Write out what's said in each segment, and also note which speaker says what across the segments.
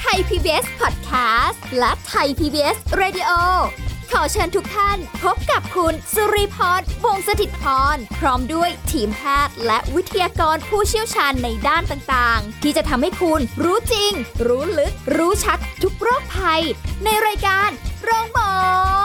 Speaker 1: ไทย PBS Podcast และไทย PBS Radio ขอเชิญทุกท่านพบกับคุณสุริพรวงศสถิตพร พร้อมด้วยทีมแพทย์และวิทยากรผู้เชี่ยวชาญในด้านต่างๆ ที่จะทำให้คุณรู้จริง รู้ลึก รู้ชัดทุกโรคภัย ในรายการโรงพยาบาล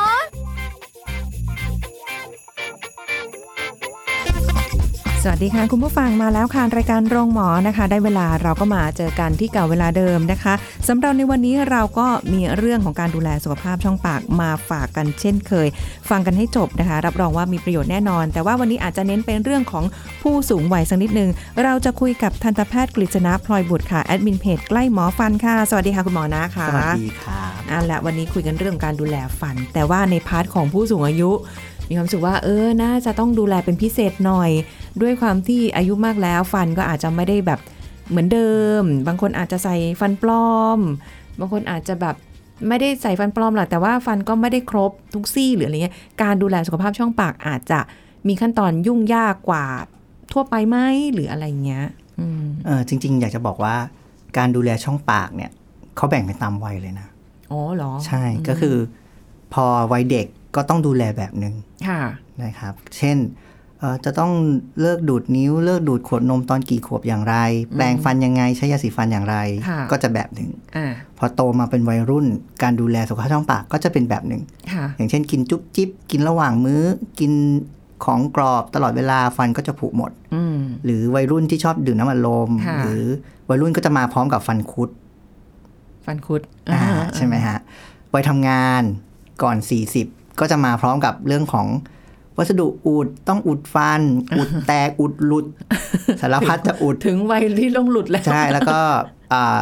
Speaker 2: สวัสดีค่ะ คุณผู้ฟังมาแล้วค่ะ รายการโรงหมอนะคะ ได้เวลาเราก็มาเจอกันที่เก่าเวลาเดิมนะคะสำหรับในวันนี้เราก็มีเรื่องของการดูแลสุขภาพช่องปากมาฝากกันเช่นเคย ฟังกันให้จบนะคะ รับรองว่ามีประโยชน์แน่นอน แต่ว่าวันนี้อาจจะเน้นเป็นเรื่องของผู้สูงวัยสักนิดนึง เราจะคุยกับทันตแพทย์กฤษณะพลอยบุตรค่ะแอดมินเพจใกล้หมอฟันค่ะ สวัสดีค่ะคุณหมอนะ
Speaker 3: ส
Speaker 2: คะ
Speaker 3: วัสดีครับ
Speaker 2: เอันละวันนี้คุยกันเรื่องการดูแลฟัน แต่ว่าในพาร์ทของผู้สูงอายุ มีความรู้สึกว่าเออน่าจะต้องดูแลเป็นพิเศษหน่อย ด้วยความที่อายุมากแล้วฟันก็อาจจะไม่ได้แบบเหมือนเดิม บางคนอาจจะใส่ฟันปลอม บางคนอาจจะแบบไม่ได้ใส่ฟันปลอมหรอกแต่ว่าฟันก็ไม่ได้ครบทุกซี่หรืออะไรเงี้ยการดูแลสุขภาพช่องปากอาจจะมีขั้นตอนยุ่งยากกว่าทั่วไปไหมหรืออะไรเงี้ยอืม
Speaker 3: เออจริง ๆ อยากจะบอกว่าการดูแลช่องปากเนี่ยเขาแบ่งเป็นตามวัยเลยนะ
Speaker 2: อ๋อเหรอ
Speaker 3: ใช่ก็คือพอวัยเด็กก็ต้องดูแลแบบหนึ่ง
Speaker 2: ค่ะ
Speaker 3: นะครับ เช่นเอ่อจะต้องเลิกดูดนิ้ว เลิกดูดขวดนมตอนกี่ขวบอย่างไร แปรงฟันยังไงใช้ยาสีฟันอย่างไร
Speaker 2: ะ
Speaker 3: ก็จะแบบหนึ่ง
Speaker 2: อ่า
Speaker 3: พอโตมาเป็นวัยรุ่น การดูแลสุขภาพช่องปากก็จะเป็นแบบหนึ่ง
Speaker 2: ค่ะ
Speaker 3: อย่างเช่นกินจุ๊บจิ๊บกินระหว่างมื้อ กินของกรอบตลอดเวลาฟันก็จะผุหมด
Speaker 2: อืม
Speaker 3: หรือวัยรุ่นที่ชอบดื่มน้ำอัดลม
Speaker 2: ค่ะ
Speaker 3: หรือวัยรุ่นก็จะมาพร้อมกับฟันคุด
Speaker 2: ฟันคุด
Speaker 3: อ่าใช่ไหมฮะวัยทำงานก่อน 40 ก็จะมาพร้อมกับเรื่องของวัสดุอุดต้องอุดฟัน อุดแตกอุดหลุ ด สารพัดจะอุด
Speaker 2: ถึงวัยที่ลงหลุดแล้ว
Speaker 3: ใช่แล้วก็อ่า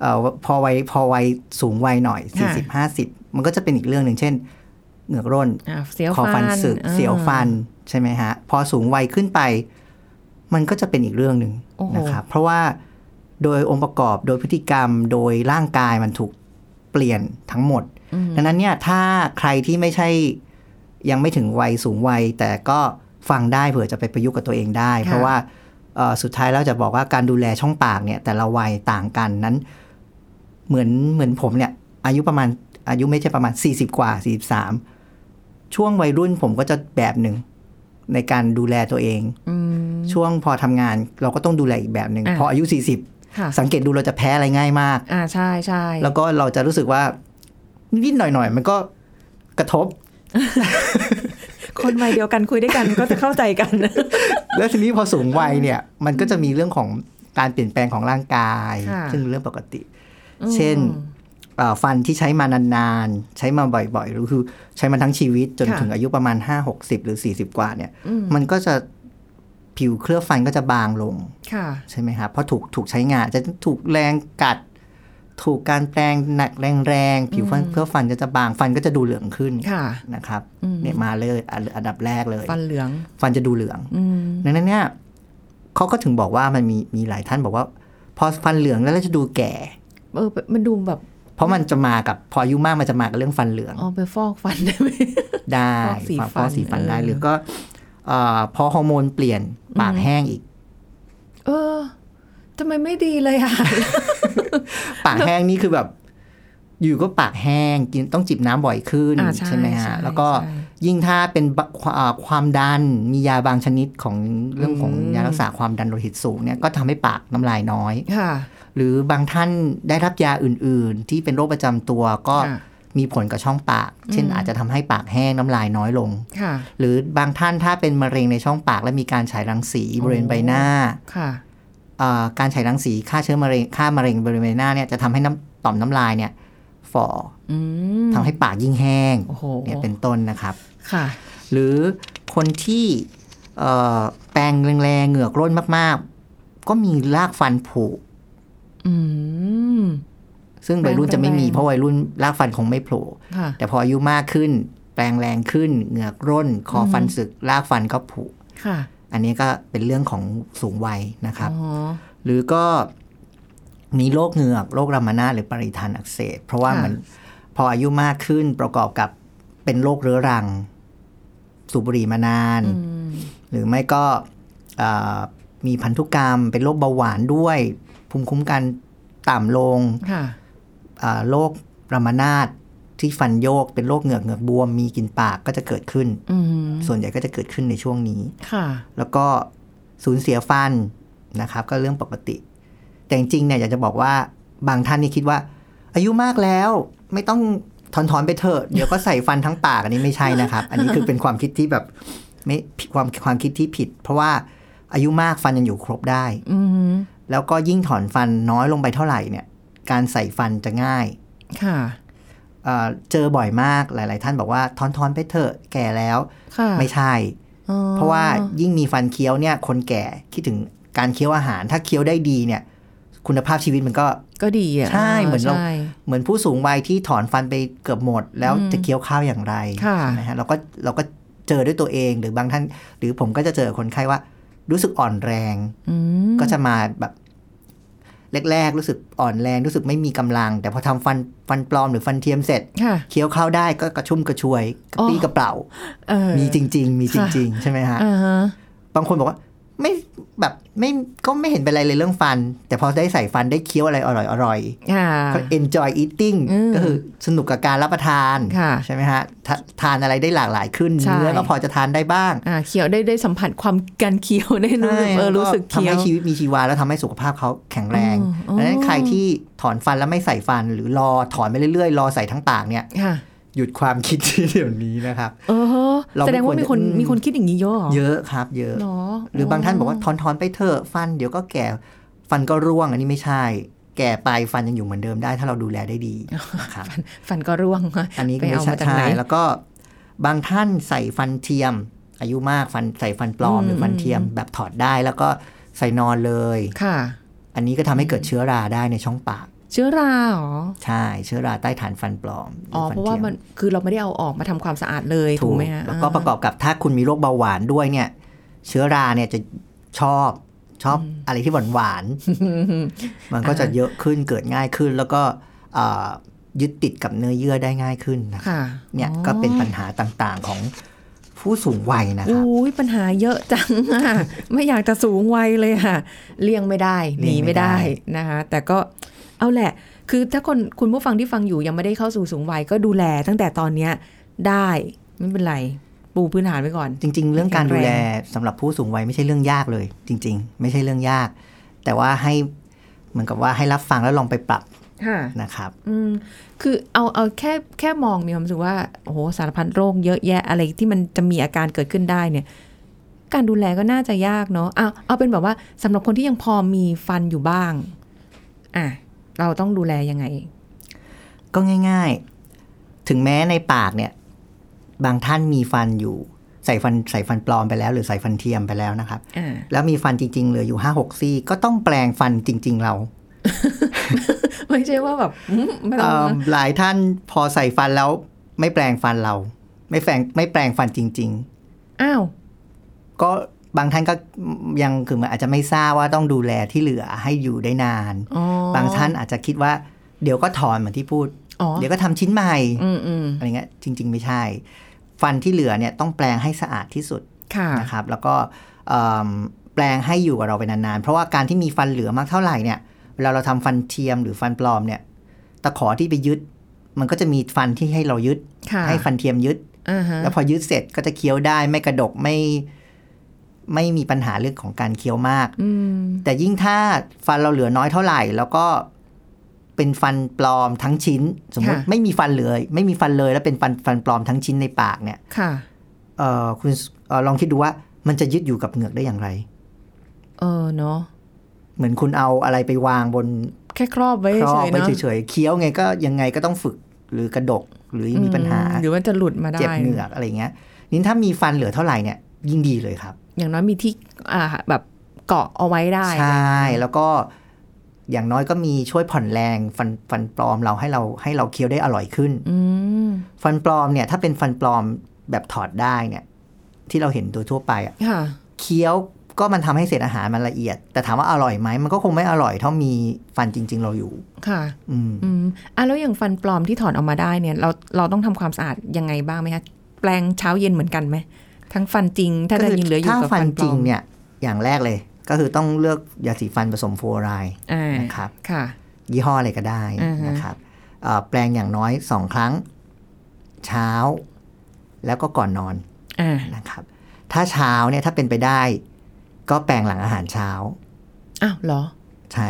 Speaker 3: เอ่อพอวัยพอวัยสูงวัยหน่อย
Speaker 2: ค่ะ
Speaker 3: 40-50 มันก็จะเป็นอีกเรื่องหนึ่งเช่น เหงือกร่น
Speaker 2: อ่าเสียว
Speaker 3: คอฟันสึก
Speaker 2: อ่า
Speaker 3: เสียวฟันใช่ไหมฮะ พอสูงวัยขึ้นไป มันก็จะเป็นอีกเรื่องหนึ่ง
Speaker 2: โอ้โห
Speaker 3: นะครับ เพราะว่าโดยองค์ประกอบโดยพฤติกรรม โดยร่างกายมันถูกเปลี่ยนทั้งหมด
Speaker 2: อืม
Speaker 3: ดังนั้นเนี่ยถ้าใครที่ไม่ใช่ยังไม่ถึงวัยสูงวัย แต่ก็ฟังได้เผื่อจะไปประยุกต์กับตัวเองได้ เพราะว่าเอ่อสุดท้ายแล้วจะบอกว่าการดูแลช่องปากเนี่ย แต่ละวัยต่างกันนั้น เหมือนเหมือนผมเนี่ย อายุประมาณอายุไม่ใช่ประมาณ 40 กว่า 43 ช่วงวัยรุ่นผมก็จะแบบหนึ่งในการดูแลตัวเอง
Speaker 2: อืม
Speaker 3: ช่วงพอทำงานเราก็ต้องดูแลอีกแบบหนึ่ง
Speaker 2: อ่า
Speaker 3: พออายุ
Speaker 2: ค่ะ
Speaker 3: 40 สังเกตดูเราจะแพ้อะไรง่ายมาก
Speaker 2: อ่าใช่ใช่
Speaker 3: แล้วก็เราจะรู้สึกว่านิดๆหน่อยๆมันก็กระทบ
Speaker 2: คนวัยเดียวกันคุยด้วยกัน ก็จะเข้าใจกัน
Speaker 3: แล้วทีนี้พอสูงวัยเนี่ย มันก็จะมีเรื่องของการเปลี่ยนแปลงของร่างกาย
Speaker 2: ค่ะ
Speaker 3: ซึ่งเป็นเรื่องปกติ เช่น เอ่อฟันที่ใช้มานานๆ ใช้มาบ่อยๆหรือคือใช้มาทั้งชีวิตจน
Speaker 2: ค่ะ
Speaker 3: ถึงอายุประมาณ 5 60 หรือ 40 กว่าเนี่ย
Speaker 2: อืม
Speaker 3: มันก็จะผิวเคลือบฟันก็จะบางลง
Speaker 2: ค่ะ
Speaker 3: ใช่ไหมครับเพราะถูกถูกใช้งานจะถูกแรงกัด ถูกการแปลงหนักแรงๆผิวฟันเคลือบฟันก็จะบางฟันก็จะดูเหลืองขึ้น
Speaker 2: ค่ะ
Speaker 3: นะครับ
Speaker 2: อืม
Speaker 3: เนี่ยมาเลยอันอันดับแรกเลย
Speaker 2: ฟันเหลือง
Speaker 3: ฟันจะดูเหลือง
Speaker 2: อืม
Speaker 3: ดังนั้นเนี่ยเขาก็ถึงบอกว่ามันมีมีหลายท่านบอกว่า พอฟันเหลืองแล้วเราจะดูแก่
Speaker 2: เออมันดูแบบ
Speaker 3: เพราะมันจะมากับพออายุมากมันจะมากับเรื่องฟันเหลือง
Speaker 2: อ๋อไปฟอกฟันได้ไหม
Speaker 3: ได้
Speaker 2: ฟอกสี
Speaker 3: ความ
Speaker 2: ฟั
Speaker 3: ฟ
Speaker 2: น
Speaker 3: อกสีฟันได้
Speaker 2: เออ
Speaker 3: หรือก็เอ่อพอฮอร์โมนเปลี่ยนปากแห้งอีก
Speaker 2: เออทำไมไม่ดีเลยอ่ะ
Speaker 3: ปากแห้งนี่คือแบบ อยู่ก็ปากแห้งกินต้องจิบน้ำบ่อยขึ้น
Speaker 2: อ่าใช่
Speaker 3: ไหม
Speaker 2: ใช่
Speaker 3: ฮะแล้วก็
Speaker 2: ใช่
Speaker 3: ยิ่งถ้าเป็นบะควอ่าความดันมียาบางชนิดของเรื่องของ
Speaker 2: อืม
Speaker 3: ยารักษาความดันโลหิตสูงเนี่ยก็ทำให้ปากน้ำลายน้อย
Speaker 2: ค่ะ
Speaker 3: หรือบางท่านได้รับยาอื่น ๆ ที่เป็นโรคประจำตัวก็
Speaker 2: ค่ะ
Speaker 3: มีผลกับช่องปาก เช่น อาจจะทำให้ปากแห้งน้ำลายน้อยลง
Speaker 2: ค่ะ
Speaker 3: หรือบางท่านถ้าเป็นมะเร็งในช่องปาก และมีการฉายรังสีบริเวณใบหน้า
Speaker 2: ค่ะ
Speaker 3: เอ่อการฉายรังสีฆ่าเชื้อมะเร็งฆ่ามะเร็งบริเวณใบหน้าเนี่ยจะทำให้น้ำต่อมน้ำลายเนี่ยฝ่อ
Speaker 2: อืม
Speaker 3: ทำให้ปากยิ่งแห้ง
Speaker 2: โอ้โห
Speaker 3: เนี่ยเป็นต้นนะครับ
Speaker 2: ค่ะ
Speaker 3: หรือคนที่เอ่อแปรงแรงๆเหงือกร่นมากๆ ก็มีรากฟันผุ
Speaker 2: อืม
Speaker 3: ซึ่งวัยรุ่นจะไม่มี
Speaker 2: แปรงๆ
Speaker 3: เพราะวัยรุ่นรากฟันคงไม่โผล่
Speaker 2: ค่ะ
Speaker 3: แต่พออายุมากขึ้น แปรงแรงขึ้น เหงือกร่น คอฟันสึกรากฟันก็ผุ
Speaker 2: ค่ะ
Speaker 3: อันนี้ก็เป็นเรื่องของสูงวัยนะครับ
Speaker 2: อ๋อ
Speaker 3: หรือก็มีโรคเหงือกโรครามานาหรือปริทานอักเสบเพราะว่ามันพออายุมากขึ้นประกอบกับเป็นโรคเรื้อรัง สูบบุหรี่มานาน
Speaker 2: อืม
Speaker 3: หรือไม่ก็เอ่อมีพันธุกรรม เป็นโรคเบาหวานด้วย ภูมิคุ้มกันต่ำลง
Speaker 2: ค่ะ
Speaker 3: เอ่อโรครามานาตที่ฟันโยก เป็นโรคเหงือกเหงือกบวม มีกลินปากก็จะเกิดขึ้น
Speaker 2: อืม
Speaker 3: ส่วนใหญ่ก็จะเกิดขึ้นในช่วงนี้
Speaker 2: ค่ะ
Speaker 3: แล้วก็สูญเสียฟันนะครับ ก็เรื่องปกติ แต่จริงๆเนี่ยอยากจะบอกว่าบางท่านนี่คิดว่า อายุมากแล้วไม่ต้องถอนถอนๆไปเถอะเดี๋ยวก็ใส่ฟันทั้งปากอันนี้ไม่ใช่นะครับ อันนี้คือเป็นความคิดที่แบบไม่ความความคิดที่ผิด เพราะว่าอายุมากฟันยังอยู่ครบได้
Speaker 2: อืม
Speaker 3: แล้วก็ยิ่งถอนฟันน้อยลงไปเท่าไหร่เนี่ย การใส่ฟันจะง่าย
Speaker 2: ค่ะ
Speaker 3: เอ่อเจอบ่อยมากหลาย ๆ ท่านบอกว่าถอนถอนๆไปเถอะแก่แล้ว
Speaker 2: ค่ะ
Speaker 3: ไม่ใช่
Speaker 2: อ๋อ
Speaker 3: เพราะว่ายิ่งมีฟันเคี้ยวเนี่ยคนแก่คิดถึงการเคี้ยวอาหาร ถ้าเคี้ยวได้ดีเนี่ย คุณภาพชีวิตมันก็
Speaker 2: ก็ดีอ่ะ
Speaker 3: ใช่เหมือนเรา
Speaker 2: ใช่
Speaker 3: เหมือนผู้สูงวัยที่ถอนฟันไปเกือบหมด แล้ว
Speaker 2: อืม
Speaker 3: จะเคี้ยวข้าวอย่างไร
Speaker 2: ค่ะ
Speaker 3: ใช่ไหมฮะเราก็เราก็เจอด้วยตัวเองหรือบางท่าน หรือผมก็จะเจอคนไข้ว่า รู้สึกอ่อนแรง
Speaker 2: อืม
Speaker 3: ก็จะมาแบบแรกๆรู้สึกอ่อนแรงรู้สึกไม่มีกำลัง แต่พอทำฟันฟันปลอมหรือฟันเทียมเสร็จ
Speaker 2: ค่ะ
Speaker 3: เคี้ยวข้าวได้ก็กระชุ่มกระชวยกระปี้กระเป๋า
Speaker 2: เออ
Speaker 3: มีจริง ๆ มีจริง ๆ ใช่ไหมฮะ
Speaker 2: อ่าฮะ
Speaker 3: บางคนบอกว่าไม่แบบไม่ก็ไม่เห็นเป็นไรเลยเรื่องฟัน แต่พอได้ใส่ฟันได้เคี้ยวอะไรอร่อยอร่อย
Speaker 2: ค่ะ
Speaker 3: ก็ enjoy eating
Speaker 2: อืม
Speaker 3: ก็คือสนุกกับการรับประทาน
Speaker 2: ค่ะ
Speaker 3: ใช่ไหมฮะทาทานอะไรได้หลากหลายขึ้น
Speaker 2: ใช่
Speaker 3: เนื้อก็พอจะทานได้บ้าง
Speaker 2: อ่าเคี้ยวได้ได้สัมผัสความการเคี้ยวได้รู้สึกเออรู้สึก
Speaker 3: ทำ
Speaker 2: เคี้ยว
Speaker 3: ให้ชีวิตมีชีวาแล้วทำให้สุขภาพเขาแข็งแรง
Speaker 2: อ๋อ
Speaker 3: ดังนั้นใครที่ถอนฟันแล้วไม่ใส่ฟัน หรือรอถอนไปเรื่อยๆ รอใส่ทั้งปากเนี่ย
Speaker 2: ค่ะ
Speaker 3: หยุดความคิดที่เดี๋ยวนี้นะครับ
Speaker 2: เออ
Speaker 3: เราไม่
Speaker 2: แสดงว่ามีคน
Speaker 3: ควรจะอืม
Speaker 2: มีคนคิดอย่างนี้เยอะหรอ
Speaker 3: เยอะครับ เยอะ
Speaker 2: เนาะ
Speaker 3: หรือบางท่านบอกว่าถอนถอนไปเถอะฟันเดี๋ยวก็แก่ฟันก็ร่วงอันนี้ไม่ใช่ แก่ไปฟันยังอยู่เหมือนเดิมได้ ถ้าเราดูแลได้ดีนะครับ
Speaker 2: ฟันก็ร่วง
Speaker 3: อันนี้
Speaker 2: ไป
Speaker 3: ไม่
Speaker 2: เอา
Speaker 3: ใช่
Speaker 2: มาจากไหน
Speaker 3: ใช่แล้วก็บางท่านใส่ฟันเทียม อายุมากฟันใส่ฟันปลอม
Speaker 2: อืม
Speaker 3: หรือฟันเทียมแบบถอดได้แล้วก็ใส่นอนเลย
Speaker 2: ค่ะ
Speaker 3: อันนี้ก็ทำให้เกิดเชื้อราได้ในช่องปาก
Speaker 2: เชื้อราเหรอ
Speaker 3: ใช่ เชื้อราใต้ฐานฟันปลอมห
Speaker 2: อ๋อ
Speaker 3: ฟั
Speaker 2: เพราะว่า
Speaker 3: ทีย
Speaker 2: มันคือเราไม่ได้เอาออกมาทำความสะอาดเลย
Speaker 3: ถู
Speaker 2: ถูก
Speaker 3: ก
Speaker 2: ไหมฮะ
Speaker 3: แล้วก็ประกอบกับถ้าคุณมีโรคเบาหวานด้วยเนี่ย เชื้อราเนี่ยจะชอบชอบอะไรที่หวานหวานๆ
Speaker 2: อืม
Speaker 3: มันก็จะเยอะขึ้นเกิดง่ายขึ้น แล้วก็เอ่อยึดติดกับเนื้อเยื่อได้ง่ายขึ้นนะครับ
Speaker 2: ค่ะ
Speaker 3: เนี่ย
Speaker 2: อ๋อ
Speaker 3: ก็เป็นปัญหาต่างๆของผู้สูงวัยนะครับ
Speaker 2: อุ้ยปัญหาเยอะจังอะไม่อยากจะสูงวัยเลยค่ะ เลี่ยงไม่ได้หนี
Speaker 3: เลี่ยงไม่
Speaker 2: ไม่
Speaker 3: ได้
Speaker 2: ได้นะคะ แต่ก็เอาแหละ คือถ้าคนคุณผู้ฟังที่ฟังอยู่ยังไม่ได้เข้าสู่สูงวัยก็ดูแลตั้งแต่ตอนเนี้ยได้ไม่เป็นไร ปูพื้นฐานไว้ก่อน
Speaker 3: จริง ๆ เรื่องการดู
Speaker 2: แข็งแรง
Speaker 3: แลสำหรับผู้สูงวัยไม่ใช่เรื่องยากเลย จริง ๆ ไม่ใช่เรื่องยาก แต่ว่าให้เหมือนกับว่าให้รับฟังแล้วลองไปปรับ
Speaker 2: ค่ะ
Speaker 3: นะครับ
Speaker 2: อืมคือเอาเอาแค่แค่มองมีความรู้สึกว่าโอ้โหสารพัดโรคเยอะแยะอะไรที่มันจะมีอาการเกิดขึ้นได้เนี่ย การดูแลก็น่าจะยากเนาะเอาเอาเป็นแบบว่าสำหรับคนที่ยังพอมีฟันอยู่บ้าง อ่ะ เราต้องดูแลยังไง
Speaker 3: ก็ง่ายๆ ถึงแม้ในปากเนี่ย บางท่านมีฟันอยู่ใส่ฟันใส่ฟันปลอมไปแล้ว หรือใส่ฟันเทียมไปแล้วนะครับ
Speaker 2: อ่า
Speaker 3: แล้วมีฟันจริง ๆ เหลืออยู่ห้าหกซี่ก็ต้องแปลงฟันจริง ๆ เรา
Speaker 2: ไม่ใช่ว่าแบบ อืมไม่ต้อง
Speaker 3: เอิ่มหลายท่านพอใส่ฟันแล้วไม่แปลงฟันเรา ไม่แปลงไม่แปลงฟันจริง
Speaker 2: อ้าว
Speaker 3: ๆ ก็บางท่านก็ยังคือมันอาจจะไม่ทราบว่าต้องดูแลที่เหลือให้อยู่ได้นาน
Speaker 2: อ๋อบ
Speaker 3: างท่านอาจจะคิดว่า เดี๋ยวก็ถอนเหมือนที่พูด
Speaker 2: อ๋อ
Speaker 3: เดี๋ยวก็ทำชิ้นใหม่
Speaker 2: อืมอืม
Speaker 3: อะไรเงี้ยจริง ๆ ไม่ใช่ ฟันที่เหลือเนี่ยต้องแปลงให้สะอาดที่สุด
Speaker 2: ค่ะ
Speaker 3: นะครับ แล้วก็เอิ่มแปลงให้อยู่กับเราไปนานๆเพราะว่าการที่มีฟันเหลือมากเท่าไหร่เนี่ยเวลาเราทำฟันเทียมหรือฟันปลอมเนี่ยตะขอที่ไปยึด มันก็จะมีฟันที่ให้เรายึด
Speaker 2: ค่ะ
Speaker 3: ให้ฟันเทียมยึด
Speaker 2: อ่าฮะ
Speaker 3: แล้วพอยึดเสร็จก็จะเคี้ยวได้ไม่กระดกไม่ ไม่มีปัญหาเรื่องของการเคี้ยวมาก
Speaker 2: อืม
Speaker 3: แต่ยิ่งถ้าฟันเราเหลือน้อยเท่าไหร่ แล้วก็เป็นฟันปลอมทั้งชิ้น สมมติไม่มีฟันเลย ไม่มีฟันเลยแล้วเป็นฟันฟันปลอมทั้งชิ้นในปากเนี่ย
Speaker 2: ค่ะ
Speaker 3: เออคุณเอ่อลองคิดดูว่ามันจะยึดอยู่กับเหงือกได้อย่างไร
Speaker 2: เออเนาะ
Speaker 3: เหมือนคุณเอาอะไรไปวางบน
Speaker 2: แค่ครอบไว้
Speaker 3: ครอ
Speaker 2: เฉ
Speaker 3: บ
Speaker 2: ยๆ
Speaker 3: ไว้
Speaker 2: เนาะ
Speaker 3: เฉยๆเคี้ยวไงก็ยังไงก็ต้องฝึกหรือกระดกหรือมีปัญหา
Speaker 2: อืมหรือว่าจะหลุดมาได้
Speaker 3: เจ็บเหงือกอะไรเงี้ยนี่ถ้ามีฟันเหลือเท่าไหร่เนี่ย ยิ่งดีเลยครับ
Speaker 2: อย่างน้อยมีที่อ่าแบบเกาะเอาไว้ได้
Speaker 3: ใช่ แล้วก็อย่างน้อยก็มีช่วยผ่อนแรงฟันฟันปลอมเราให้เราให้เราเคี้ยวได้อร่อยขึ้น
Speaker 2: อืม
Speaker 3: ฟันปลอมเนี่ยถ้าเป็นฟันปลอมแบบถอดได้เนี่ย ที่เราเห็นโดยทั่วไปอะ
Speaker 2: ค่ะ
Speaker 3: เคี้ยวก็มันทำให้เศษอาหารมันละเอียด แต่ถามว่าอร่อยไหมมันก็คงไม่อร่อยเท่ามีฟันจริง ๆ เราอยู่
Speaker 2: ค่ะ
Speaker 3: อืม
Speaker 2: อืมอ่ะแล้วอย่างฟันปลอมที่ถอนออกมาได้เนี่ย เราเราต้องทำความสะอาดยังไงบ้างไหมคะ แปรงเช้าเย็นเหมือนกันไหม ทั้งฟันจริง ถ้า
Speaker 3: ก็
Speaker 2: จะ
Speaker 3: คือ
Speaker 2: ยิงเหลืออยู่
Speaker 3: ถ้า
Speaker 2: กับ
Speaker 3: ฟั
Speaker 2: ฟั
Speaker 3: น
Speaker 2: น
Speaker 3: จ
Speaker 2: ปล
Speaker 3: ริ
Speaker 2: อง ม
Speaker 3: เนี่ยอย่างแรกเลย ก็คือต้องเลือกยาสีฟันผสมฟลูออไรด์
Speaker 2: อ่า
Speaker 3: นะครับ
Speaker 2: ค่ะ
Speaker 3: ยี่ห้ออะไรก็ได้
Speaker 2: อือฮึ
Speaker 3: นะครับเอ่อแปลงอย่างน้อยสองครั้ง เช้า แล้วก็ก่อนนอน
Speaker 2: อ่า
Speaker 3: นะครับ ถ้าเช้าเนี่ยถ้าเป็นไปได้ ก็แปลงหลังอาหารเช้า
Speaker 2: อ้าวเหรอ
Speaker 3: ใช่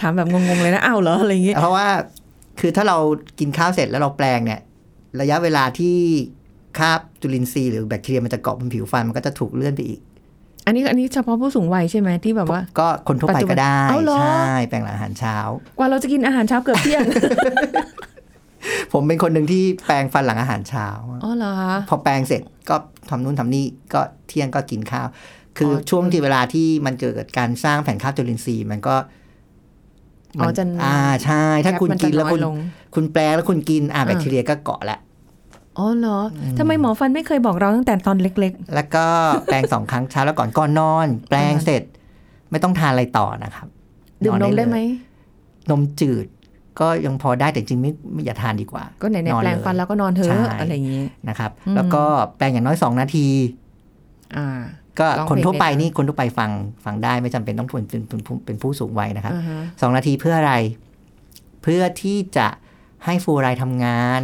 Speaker 2: ถามแบบงงๆเลยนะอ้าวเหรออะไรอย่างเงี้ย
Speaker 3: เพราะว่าคือถ้าเรากินข้าวเสร็จแล้วเราแปลงเนี่ย ระยะเวลาที่คราบจุลินทรีย์หรือแบคทีเรียมันจะเกาะบนผิวฟันมันก็จะถูกเลื่อนไปอีก
Speaker 2: อันนี้อันนี้เฉพาะผู้สูงวัยใช่ไหมที่แบบว่า
Speaker 3: ก็คนทั่วไปก็ได้
Speaker 2: ปัจจุบันเอาเหรอ
Speaker 3: ใช่แปลงหลังอาหารเช้า
Speaker 2: กว่าเราจะกินอาหารเช้าเกือบเที่ยง
Speaker 3: ผมเป็นคนหนึ่งที่แปลงฟันหลังอาหารเช้า
Speaker 2: อ๋อเหรอคะ
Speaker 3: พอแปรงเสร็จก็ทำนู่นทำนี่ก็เที่ยงก็กินข้าว คืออช่วงที่เวลาที่มันเกิดการสร้างแผ่นคาบจุลินทรีย์มันก็
Speaker 2: อ๋อ
Speaker 3: มัน
Speaker 2: จะ
Speaker 3: อ่าใช่ ถ้าคุณกินแล้วคุณ
Speaker 2: แคปมัจะอยง
Speaker 3: คุณแปลงแล้วคุณกินอ่า
Speaker 2: อ่า
Speaker 3: แบคทีเรียก็เกาะแล้ว
Speaker 2: อ๋อเหรอทำไมหมอฟันไม่เคยบอกเราตั้งแต่ตอนเล็ก
Speaker 3: แล้วก็ แปรงสองครั้งเช้าแล้วก่อนก่อนนอน แปรงเสร็จ ไม่ต้องทานอะไรต่อนะครับ
Speaker 2: ๆ ดื่ม
Speaker 3: อน
Speaker 2: ม
Speaker 3: เลย
Speaker 2: ได้ไหม
Speaker 3: นมจืด ก็ยังพอได้แต่จริงๆไม่ไม่อย่าทานดีกว่า
Speaker 2: ก็ไหน
Speaker 3: นอ
Speaker 2: ๆ
Speaker 3: น
Speaker 2: แปลงฟันแล้วก็นอนเถอะ
Speaker 3: ใช่
Speaker 2: อะไรอย่างงี้
Speaker 3: นะครับ
Speaker 2: อืม
Speaker 3: แล้วก็แปรงอย่างน้อยสองนาที
Speaker 2: อ่า
Speaker 3: ก็
Speaker 2: ลอง
Speaker 3: คนทั่วไป
Speaker 2: เพลงไหมคะ
Speaker 3: นี่คนทั่วไปฟังฟังได้ไม่จำเป็นต้องเป็นเป็นเป็นผู้เป็นผู้สูงวัยนะครับ
Speaker 2: อ่าฮะ
Speaker 3: สองนาทีเพื่ออะไร เพื่อที่จะให้ฟลูออไรด์ทำงาน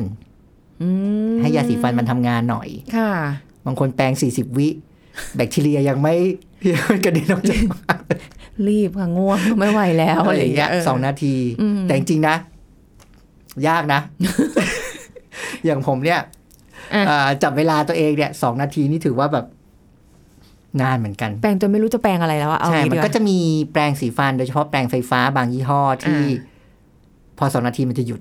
Speaker 2: อืม
Speaker 3: ให้ยาสีฟันมันทำงานหน่อย
Speaker 2: ค่ะ
Speaker 3: บางคนแปรง40 วิ แบคทีเรียยังไม่ ยังกระเด็นออกจาก
Speaker 2: รีบค่ะง่วง ไม่ไหวแล้ว
Speaker 3: อะ
Speaker 2: อะไร ไรอย่
Speaker 3: อา
Speaker 2: ย่าง ง
Speaker 3: เงี้
Speaker 2: เงี้
Speaker 3: ย
Speaker 2: ยเ
Speaker 3: สองนาที
Speaker 2: อืม
Speaker 3: แต่จริงๆนะ ยากนะ อย่างผมเนี่ย
Speaker 2: อ่ะ
Speaker 3: อ่าจับเวลาตัวเองเนี่ยสองนาทีนี่ถือว่าแบบนานเหมือนกัน
Speaker 2: แปลงจนไม่รู้จะแปลงอะไรแล้วอะเอา
Speaker 3: ใช่
Speaker 2: งี้
Speaker 3: มั
Speaker 2: ดี
Speaker 3: น
Speaker 2: ก
Speaker 3: ก็
Speaker 2: ว่า
Speaker 3: จะมีแปรงสีฟันโดยเฉพาะแปรงไฟฟ้าบางยี่ห้อที่
Speaker 2: อ่
Speaker 3: พอสองนาทีมันจะหยุด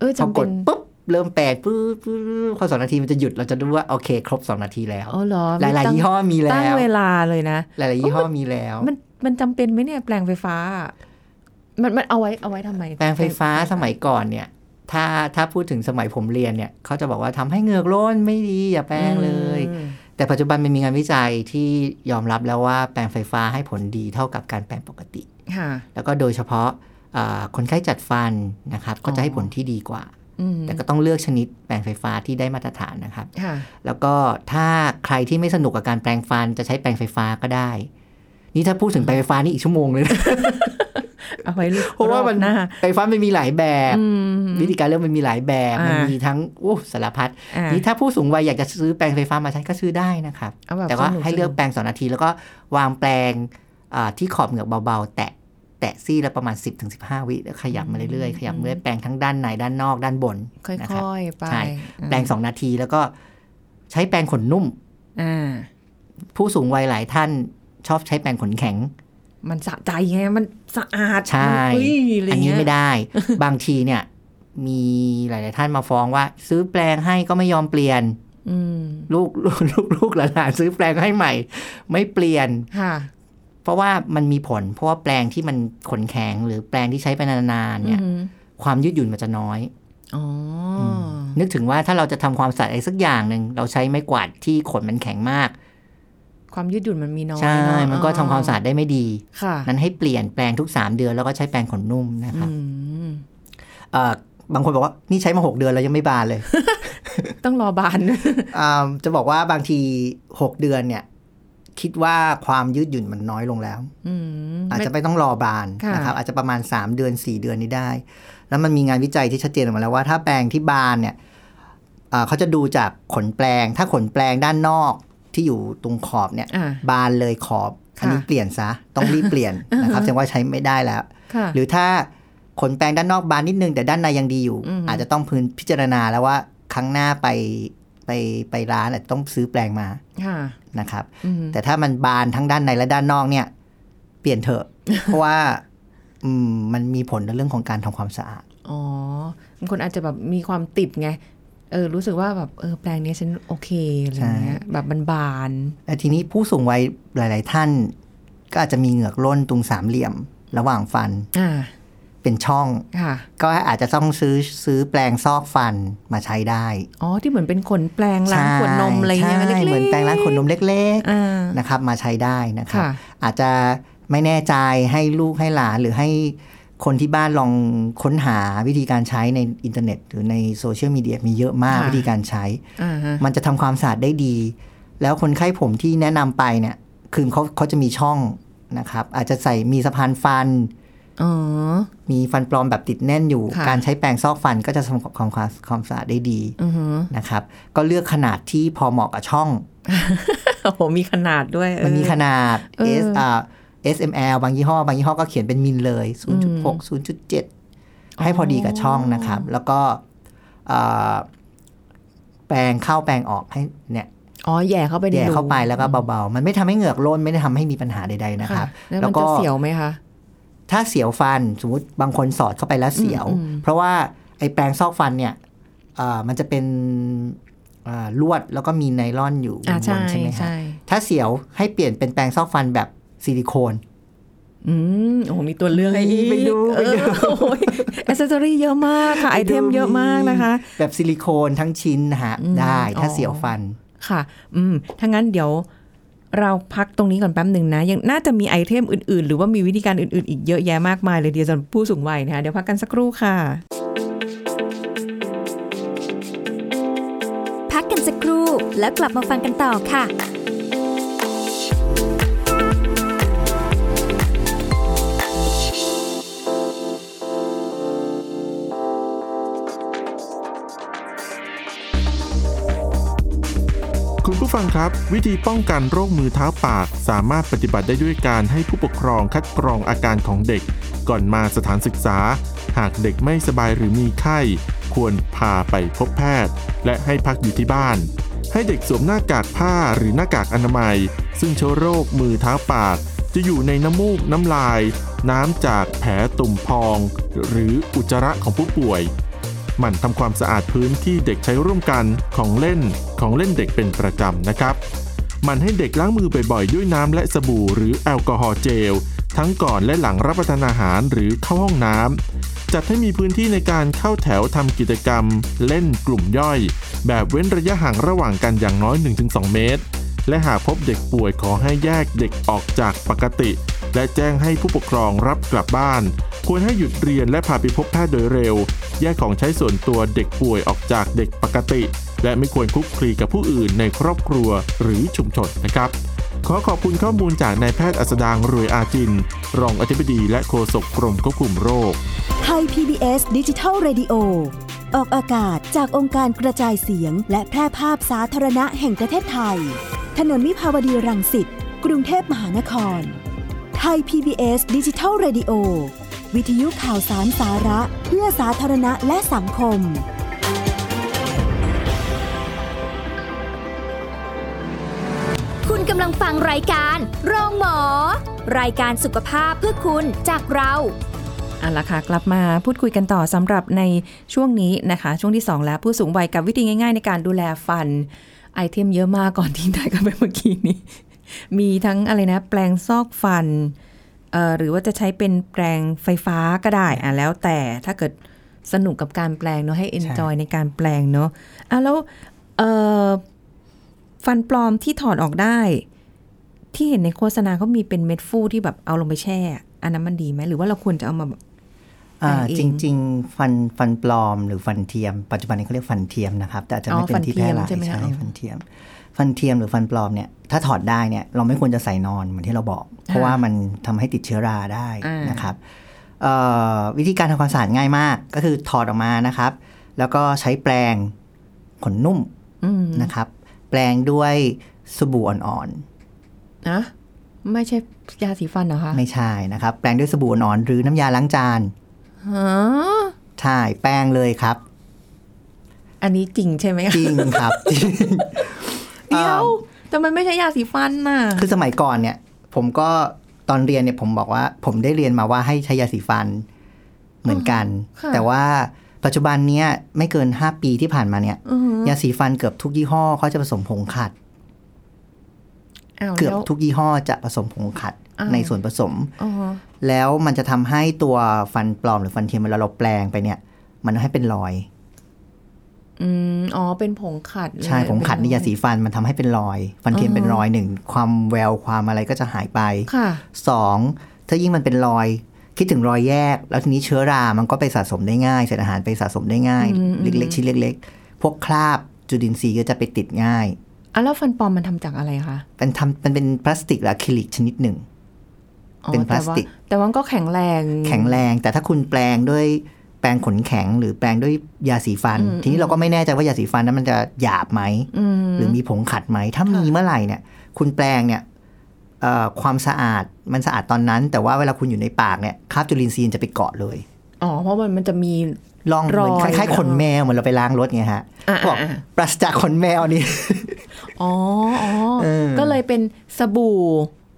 Speaker 2: เออ
Speaker 3: พอ
Speaker 2: จำ
Speaker 3: ก
Speaker 2: เป็
Speaker 3: ด
Speaker 2: น
Speaker 3: ปุ๊บ เริ่มแปรงปุ๊บปุ๊บพอสองนาทีมันจะหยุดเราจะรู้ว่าโอเค ครบสองนาทีแล้ว
Speaker 2: อ๋อเหรอ
Speaker 3: หลาย ๆ ยี่ห้อมี
Speaker 2: ตั้
Speaker 3: แล้
Speaker 2: ง
Speaker 3: ว
Speaker 2: เวลาเลยนะ
Speaker 3: หลาย ๆ ยี่ห้อมีแล้ว
Speaker 2: มันมันจำเป็นไหมเนี่ยแปลงไฟฟ้า มันมันเอาไว้เอาไว้ทำไม
Speaker 3: แปรงไฟฟ้าสมัยก่อนเนี่ย ถ้าถ้าพูดถึงสมัยผมเรียนเนี่ยเขาจะบอกว่าทำให้เหงือกร่นไม่ดีอย่าแปรงเลย
Speaker 2: อืม
Speaker 3: แต่ปัจจุบันมันมีงานวิจัยที่ยอมรับแล้วว่าแปรงไฟฟ้าให้ผลดีเท่ากับการแปรงปกติ
Speaker 2: ค่ะ
Speaker 3: แล้วก็โดยเฉพาะอ่าคนไข้จัดฟันนะครับ ก็
Speaker 2: อ๋
Speaker 3: จะ
Speaker 2: อ
Speaker 3: ให้ผลที่ดีกว่า
Speaker 2: อืม
Speaker 3: แต่ก็ต้องเลือกชนิดแปรงไฟฟ้าที่ได้มาตรฐานนะครับ
Speaker 2: ค่ะ
Speaker 3: แล้วก็ถ้าใครที่ไม่สนุกกับการแปรงฟันจะใช้แปรงไฟฟ้าก็ได้ นี่ถ้าพูดถึงแปรงไฟฟ้านี่อีกชั่วโมงเลยนะ
Speaker 2: เอาไว้
Speaker 3: เพราะว่ามัน
Speaker 2: อบหน้า
Speaker 3: แปรงไฟฟ้ามันมีหลายแบบ
Speaker 2: อืม
Speaker 3: วิธีการเลือกมันมีหลายแบบ
Speaker 2: อ่ามั
Speaker 3: มันมีทั้งโอ้สารพัด
Speaker 2: อ่ะ
Speaker 3: นี่ถ้าผู้สูงวัยอยากจะซื้อแปรงไฟฟ้ามาใช้ก็ซื้อได้นะครับ
Speaker 2: เอาบบ
Speaker 3: แต่ว่า
Speaker 2: สนุ
Speaker 3: ให้เลือก
Speaker 2: สนุ
Speaker 3: แปรงสองนาทีแล้วก็วางแปรงอ่าที่ขอบเหงือกเบาๆ แตะแตะซี่ละประมาณ 10-15ถึงวิแล้วขยับมาเรื่อยๆ ขยับเรื่อยแปรงทั้งด้านในด้านนอกด้านบน
Speaker 2: ค่
Speaker 3: นะครับ
Speaker 2: อยๆไป
Speaker 3: ใช่ แปรงสองนาทีแล้วก็ใช้แปรงขนนุ่ม
Speaker 2: อ่า
Speaker 3: ผู้สูงวัยหลายท่านชอบใช้แปรงขนแข็ง
Speaker 2: มันสะใจไง มันสะอาด
Speaker 3: ใช่
Speaker 2: มันอุ้ยะร
Speaker 3: อัน
Speaker 2: เงี้ย
Speaker 3: นี้ไม่ ได้ บางทีเนี่ย มีหลาย ๆ ท่านมาฟ้องว่า ซื้อแปรงให้ก็ไม่ยอมเปลี่ยน
Speaker 2: อืม
Speaker 3: ลูก ลูกลูกลูกหลานๆซื้อแปรงให้ใหม่ ไม่เปลี่ยน
Speaker 2: ค่ะ
Speaker 3: เพราะว่ามันมีผล เพราะว่าแปลงที่มันขนแข็งหรือแปลงที่ใช้ไปนานๆ
Speaker 2: อื
Speaker 3: เนี่ย
Speaker 2: ม
Speaker 3: ความยืดหยุ่นมันจะน้อย
Speaker 2: อ๋ออ
Speaker 3: มนึกถึงว่าถ้าเราจะทำความสะอาดอะไรสักอย่างหนึ่งเราใช้ไม้กวาดที่ขนมันแข็งมาก
Speaker 2: ความยืดหยุ่นมันมีน้อย
Speaker 3: ใช่
Speaker 2: เอะ
Speaker 3: มันก็ทำความสะอาดได้ไม่ดี
Speaker 2: ค่ะ
Speaker 3: นั้นให้เปลี่ยนแปลงทุก 3 เดือนแล้วก็ใช้แปรงขนนุ่มนะครั
Speaker 2: อื
Speaker 3: บ
Speaker 2: ม
Speaker 3: เอ่อบางคนบอกว่านี่ใช้มา 6 เดือนแล้วยังไม่บานเลย
Speaker 2: ต้องรอบาน
Speaker 3: อ่าจะบอกว่าบางที 6 เดือนเนี่ย คิดว่าความยืดหยุ่นมันน้อยลงแล้ว
Speaker 2: อืม
Speaker 3: อาจจะไม่ต้องรอบาน
Speaker 2: ค่ะ
Speaker 3: นะครับอาจจะประมาณ 3 เดือน 4 เดือนนี้ได้ แล้วมันมีงานวิจัยที่ชัดเจนออกมาแล้วว่าถ้าแปลงที่บานเนี่ยอ่าเขาจะดูจากขนแปลง ถ้าขนแปลงด้านนอกที่อยู่ตรงขอบเนี่ย
Speaker 2: อ่า
Speaker 3: บานเลยขอบอันนี้
Speaker 2: ค่ะ
Speaker 3: เปลี่ยนซะต้องรีบเปลี่ย นนะครับแสดงว่าใช้ไม่ได้แล้ว
Speaker 2: ค่ะ
Speaker 3: หรือถ้าขนแปรงด้านนอกบานนิดนึงแต่ด้านในยังดีอยู่
Speaker 2: อืม
Speaker 3: อาจจะต้องพึงพิจารณาแล้วว่าครั้งหน้าไปไปไปร้านอาจจะต้องซื้อแปรงมา
Speaker 2: ค่ะ
Speaker 3: นะครับ
Speaker 2: อืม
Speaker 3: แต่ถ้ามันบานทั้งด้านในและด้านนอกเนี่ย เปลี่ยนเถ อะ เพราะว่าอืมมันมีผลในเรื่องของการทำความสะอาด
Speaker 2: อ๋อบางคนอาจจะแบบมีความติดไง เออ รู้สึกว่าแบบเออแปลงเนี้ยฉันโอเคอะไรเงี้ย แบบมันบาน
Speaker 3: แต่ทีนี้ผู้สูงวัยหลาย ๆ ท่าน ก็อาจจะมีเหงือกร่นตรงสามเหลี่ยม ระหว่างฟัน
Speaker 2: อ่า
Speaker 3: เป็นช่อง
Speaker 2: ค่ะ
Speaker 3: ก็อาจจะต้องซื้อซื้อแปลงซอกฟันมาใช้ได้
Speaker 2: อ๋อ ที่เหมือนเป็นขนแปลงล้างขวดนมอะไรเงี้ย
Speaker 3: ใช่
Speaker 2: ล็กๆ
Speaker 3: เหมือนแปลงล้างขนนมเล็ก
Speaker 2: อ่า
Speaker 3: ๆ นะครับ มาใช้ได้นะครับ
Speaker 2: ค่ะ
Speaker 3: อาจจะไม่แน่ใจให้ลูกให้หลานหรือให้ คนที่บ้านลองค้นหาวิธีการใช้ในอินเทอร์เน็ต หรือในโซเชียลมีเดียมีเยอะมาก
Speaker 2: ค่ะ
Speaker 3: วิธีการใช้
Speaker 2: อ่าฮะ
Speaker 3: มันจะทำความสะอาดได้ดี แล้วคนไข้ผมที่แนะนำไปเนี่ย คือเขาเขาจะมีช่องนะครับ อาจจะใส่มีสะพานฟัน
Speaker 2: อ๋อ
Speaker 3: มีฟันปลอมแบบติดแน่นอยู่
Speaker 2: ค่ะ
Speaker 3: การใช้แปรงซอกฟันก็จะทำความความความสะอาดได้ดี
Speaker 2: อือฮึ
Speaker 3: นะครับ ก็เลือกขนาดที่พอเหมาะกับช่อง
Speaker 2: โอ้โหมีขนาดด้วยเออ
Speaker 3: มันมีขนาด
Speaker 2: เออ
Speaker 3: S อ่า SML บางยี่ห้อ บางยี่ห้อก็เขียนเป็นมิลเลย
Speaker 2: อืม
Speaker 3: 0.6 0.7 ให้พอดีกับช่องนะครับ แล้วก็อ่าแปรงเข้าแปรงออกให้เนี่ย
Speaker 2: อ๋อแหย่เข้าไปใน
Speaker 3: แย่เข้าไปแล้วก็
Speaker 2: รู
Speaker 3: เบาๆ มันไม่ทำให้เหงือกร่นไม่ได้ทำให้มีปัญหาใดๆนะครับ
Speaker 2: แล้ว
Speaker 3: แล้
Speaker 2: มัน
Speaker 3: วก็
Speaker 2: จะเสียวไหมคะ
Speaker 3: ถ้าเสียวฟันสมมติบางคนสอดเข้าไปแล้วเสียว
Speaker 2: อืมอืม
Speaker 3: เพราะว่าไอ้แปรงซอกฟันเนี่ยเอ่อมันจะเป็นเอ่อลวดแล้วก็มีไนล่อนอยู่บ
Speaker 2: อ่าน
Speaker 3: บ
Speaker 2: ใช่
Speaker 3: นใช่ไหมฮะ
Speaker 2: ใช่
Speaker 3: ถ้าเสียวให้เปลี่ยนเป็นแปรงซอกฟันแบบซิลิโคน
Speaker 2: อืมโอ้โหมีตัวเลือกให้อีก
Speaker 3: ไปดู
Speaker 2: เอ
Speaker 3: ไปดู
Speaker 2: อโอ้โห แอสเซสซอรี่เยอะมากค่ะ ไอเทมเยอะมากนะคะ
Speaker 3: แบบซิลิโคนทั้งชิ้นนะฮะ
Speaker 2: อืม
Speaker 3: ได้ถ้า
Speaker 2: อ๋อ
Speaker 3: เสียวฟัน
Speaker 2: ค่ะ อืม ถ้างั้นเดี๋ยวเราพักตรงนี้ก่อนแป๊บหนึ่งนะ ยังน่าจะมีไอเทมอื่นๆ หรือว่ามีวิธีการอื่นๆ อีกเยอะแยะมากมายเลยเดียวสำหรับผู้สูงวัยนะคะ เดี๋ยวพักกันสักครู่ค่ะ
Speaker 1: พักกันสักครู่แล้วกลับมาฟังกันต่อค่ะ
Speaker 4: คุณผู้ฟังครับ วิธีป้องกันโรคมือเท้าปาก สามารถปฏิบัติได้ด้วยการให้ผู้ปกครองคัดกรองอาการของเด็ก ก่อนมาสถานศึกษา หากเด็กไม่สบายหรือมีไข้ ควรพาไปพบแพทย์ และให้พักอยู่ที่บ้าน ให้เด็กสวมหน้ากากผ้าหรือหน้ากากอนามัย ซึ่งเชื้อโรคมือเท้าปาก จะอยู่ในน้ำมูกน้ำลาย น้ำจากแผลตุ่มพอง หรืออุจจาระของผู้ป่วย หมั่นทำความสะอาดพื้นที่เด็กใช้ร่วมกันของเล่นของเล่นเด็กเป็นประจำนะครับหมั่นให้เด็กล้างมือบ่อยๆ ด้วยน้ำและสบู่หรือแอลกอฮอล์เจล ทั้งก่อนและหลังรับประทานอาหารหรือเข้าห้องน้ำจัดให้มีพื้นที่ในการเข้าแถวทำกิจกรรม เล่นกลุ่มย่อย แบบเว้นระยะห่างระหว่างกันอย่างน้อย 1-2 เมตร และหากพบเด็กป่วยขอให้แยกเด็กออกจากปกติ และแจ้งให้ผู้ปกครองรับกลับบ้าน ควรให้หยุดเรียนและพาไปพบแพทย์โดยเร็ว แยกของใช้ส่วนตัวเด็กป่วยออกจากเด็กปกติ และไม่ควรคลุกคลีกับผู้อื่นในครอบครัวหรือชุมชนนะครับ ขอขอบคุณข้อมูลจากนายแพทย์อัสดางรวยอาจิน รองอธิบดีและโฆษกกรมควบคุมโรค
Speaker 5: ไทย PBS ดิจิทัล Radio ออกอากาศจากองค์การกระจายเสียง และแพร่ภาพสาธารณะแห่งประเทศไทย ถนนมิภาวดีรังสิต กรุงเทพมหานคร ไทย PBS ดิจิทัล Radio วิทยุข่าวสารสาระเพื่อสาธารณะและสังคม
Speaker 1: คุณกำลังฟังรายการ โรงหมอ รายการสุขภาพเพื่อคุณจากเรา
Speaker 2: เอาละค่ะ กลับมาพูดคุยกันต่อสำหรับในช่วงนี้นะคะ ช่วงที่ 2 แล้วผู้สูงวัยกับวิธีง่ายๆ ในการดูแลฟัน ไอเทมเยอะมากก่อนที่ได้กันไปเมื่อกี้นี้ มีทั้งอะไรนะ แปลงซอกฟันเอ่อหรือว่าจะใช้เป็นแปลงไฟฟ้าก็ได้อ่ะแล้วแต่ถ้าเกิดสนุกกับการแปลงเนาะให้ enjoy ในการแปลงเนาะอ่ะแล้วเอ่อฟันปลอมที่ถอดออกได้ ที่เห็นในโฆษณาเขามีเป็นเม็ดฟูที่แบบเอาลงไปแช่ อันนั้นมันดีไหมหรือว่าเราควรจะเอามาแบบ
Speaker 3: อ่า
Speaker 2: แปรงเอง
Speaker 3: จริง ๆ ฟันฟันปลอมหรือฟันเทียม ปัจจุบันนี้เขาเรียกฟันเทียมนะครับ แต่อาจจะ
Speaker 2: อ๋อ
Speaker 3: ไม่เป็นที่แพร่หลา
Speaker 2: ฟันเทียมใช่
Speaker 3: ย
Speaker 2: ไหมคะอ๋อ
Speaker 3: ฟันเทียม ฟันเทียมหรือฟันปลอมเนี่ยถ้าถอดได้เนี่ยเราไม่ควรจะใส่นอนเหมือนที่เราบอก เพราะว่ามันทำให้ติดเชื้อราได้
Speaker 2: อ่าน
Speaker 3: นะครับเอ่อวิธีการทำความสะอาดง่ายมากก็คือถอดออกมานะครับ แล้วก็ใช้แปรงขนนุ่ม
Speaker 2: อืม
Speaker 3: นะครับ แปรงด้วยสบู่อ่อน
Speaker 2: นะไม่ใช่ยาสีฟันเหรอคะ
Speaker 3: ๆไม่ใช่นะครับ แปรงด้วยสบู่อ่อนๆหรือน้ำยาล้างจาน
Speaker 2: ฮะ
Speaker 3: ใช่แปรงเลยครับ
Speaker 2: อันนี้จริงใช่ไหม
Speaker 3: จริงครับ จริง
Speaker 2: เดียวทำไมไม่ใช่ยาสีฟันน่ะ
Speaker 3: คือสมัยก่อนเนี่ย ผมก็ตอนเรียนเนี่ยผมบอกว่า ผมได้เรียนมาว่าให้ใช้ยาสีฟันเหมือนกัน
Speaker 2: ค่ะ
Speaker 3: แต่ว่าปัจจุบันเนี้ยไม่เกิน 5 ปีที่ผ่านมาเนี่ย
Speaker 2: อือหือย
Speaker 3: าสีฟันเกือบทุกยี่ห้อเขาจะผสมผงขัด
Speaker 2: อ้าว
Speaker 3: เกือบ
Speaker 2: แล้ว
Speaker 3: ทุกยี่ห้อจะผสมผงขัด
Speaker 2: อ้าว
Speaker 3: ในส่วนผสม
Speaker 2: อ๋อ
Speaker 3: แล้วมันจะทำให้ตัวฟันปลอมหรือฟันเทียมเวลาเราแปลงไปเนี่ย มันให้เป็นรอย
Speaker 2: อืมอ๋อเป็นผงขัดเลย
Speaker 3: ใช่ผงขัด
Speaker 2: เป็
Speaker 3: นี่ยาสี
Speaker 2: ผง
Speaker 3: ฟันมันทำให้เป็นรอย ฟันเทียม
Speaker 2: อ๋อ
Speaker 3: เป็นรอยหนึ่งความแววความอะไรก็จะหายไป
Speaker 2: ค่ะ
Speaker 3: สองถ้ายิ่งมันเป็นรอย คิดถึงรอยแยก แล้วทีนี้เชื้อรา มันก็ไปสะสมได้ง่ายเศษอาหารไปสะสมได้ง่าย
Speaker 2: อืมอื
Speaker 3: เล็
Speaker 2: ม
Speaker 3: กๆชิ้นเล็ก ๆ พวกคราบจุลินทรีย์ก็จะไปติดง่าย
Speaker 2: อ่ะแล้วฟันปลอมมันทำจากอะไรคะ
Speaker 3: เป็นทำมันเป็นพลาสติกหรืออะคริลิกชนิดหนึ่ง
Speaker 2: อ๋อ
Speaker 3: เป็นพลาสติก
Speaker 2: แต่ว่าแต่ว่ามันก็แข็งแรง
Speaker 3: แข็งแรง แต่ถ้าคุณแปลงด้วยแปรงขนแข็งหรือแปรงด้วยยาสีฟัน
Speaker 2: อืม
Speaker 3: ทีนี้เราก็ไม่แน่ใจว่ายาสีฟันนั้นมันจะหยาบไหม
Speaker 2: อืม
Speaker 3: หรือมีผงขัดไหม ถ้ามีเมื่อไหร่เนี่ย คุณแปลงเนี่ยเอ่อความสะอาดมันสะอาดตอนนั้น แต่ว่าเวลาคุณอยู่ในปากเนี่ยคราบจุลินทรีย์จะไปเกาะเลย
Speaker 2: อ๋อ เพราะมันมันจะมี
Speaker 3: ลองเหมือน
Speaker 2: รอย
Speaker 3: คล้ายๆขนแมวเหมือนเราไปล้างรถไงฮะ
Speaker 2: อ่า
Speaker 3: บอก
Speaker 2: อ่า
Speaker 3: ปราศจากขนแมวนี่
Speaker 2: อ๋ออ๋อ
Speaker 3: เออ
Speaker 2: ก็เลยเป็นสบู่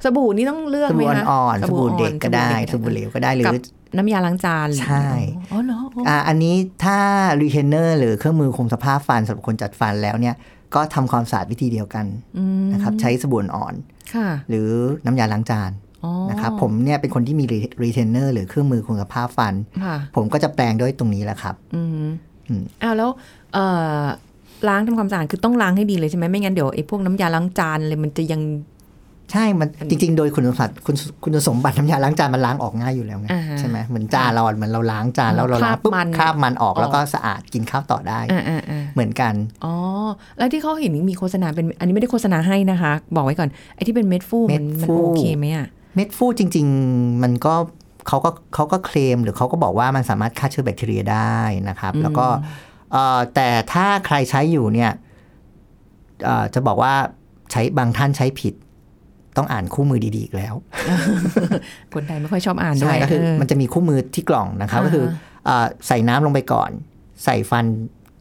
Speaker 2: สบู่นี่ต้องเลือก
Speaker 3: ส
Speaker 2: ไหม
Speaker 3: บู่
Speaker 2: คะ
Speaker 3: อ่อนๆสบู่เด็กก็ได้ส
Speaker 2: ส
Speaker 3: บู่
Speaker 2: บู่
Speaker 3: เหล
Speaker 2: เด็ก
Speaker 3: วก็ได้หรื
Speaker 2: กับ
Speaker 3: อ
Speaker 2: น้ำยาล้างจาน
Speaker 3: ใช่
Speaker 2: อ๋อเหรออ๋อ
Speaker 3: อ่าอันนี้ถ้ารีเทนเนอร์หรือเครื่องมือคงสภาพฟันสำหรับคนจัดฟันแล้วเนี่ยก็ทำความสะอาดวิธีเดียวกัน
Speaker 2: อืม
Speaker 3: นะครับใช้สบู่อ่อน
Speaker 2: ค่ะ
Speaker 3: หรือน้ำยาล้างจาน
Speaker 2: อ๋อ
Speaker 3: นะครับผมเนี่ยเป็นคนที่มีรีเทนเนอร์หรือเครื่องมือคงสภาพฟัน
Speaker 2: ค่ะ
Speaker 3: ผมก็จะแปลงด้วยตรงนี้แหละครับ
Speaker 2: อืม
Speaker 3: อืม
Speaker 2: อ้าวแล้วเอ่อล้างทำความสะอาดคือต้องล้างให้ดีเลยใช่ไหมไม่งั้นเดี๋ยวไอ้พวกน้ำยาล้างจานเลยมันจะยัง
Speaker 3: ใช่ มันจริง ๆ โดยคุณสมบัติคุณคุณสมบัติน้ำยาล้างจานมันล้างออกง่ายอยู่แล้วไง
Speaker 2: อ่าฮะ
Speaker 3: ใช่ไหมเหมือนจานเราอะเหมือนเราล้างจานแล้วเราล้าง
Speaker 2: คราบ
Speaker 3: ปุ๊บ
Speaker 2: มัน
Speaker 3: คราบมันออ
Speaker 2: ออ
Speaker 3: ก
Speaker 2: ก
Speaker 3: แล้วก็สะอาดกินข้าวต่อได้
Speaker 2: อ่าอ่าอ่า
Speaker 3: เหมือนกัน
Speaker 2: อ๋อแล้วที่เขาเห็นมีโฆษณาเป็นอันนี้ไม่ได้โฆษณาให้นะคะ บอกไว้ก่อนไอ้ที่เป็นเม็ดฟูมัน
Speaker 3: เม็
Speaker 2: มั
Speaker 3: ด
Speaker 2: น
Speaker 3: ฟู
Speaker 2: โอเคไหม อ่ะ
Speaker 3: เม็ดฟูจริง ๆ มันก็เขาก็เขาก็เคลมหรือเขาก็บอกว่ามันสามารถฆ่าเชื้อแบคทีเรียได้นะครับ แล้วก็เอ่อแต่ถ้าใครใช้อยู่เนี่ยเอ่อจะบอกว่าใช้บางท่านใช้ผิด ต้องอ่านคู่มือดีๆอีกแล้ว
Speaker 2: คนไทยไม่ค่อยชอบอ่านด้ว
Speaker 3: ใช่
Speaker 2: ย
Speaker 3: ก็คือ
Speaker 2: เ
Speaker 3: มันจะมีคู่มือที่กล่องนะครับ
Speaker 2: อ่าฮะ
Speaker 3: ก็คือเอ่อใส่น้ำลงไปก่อน ใส่ฟัน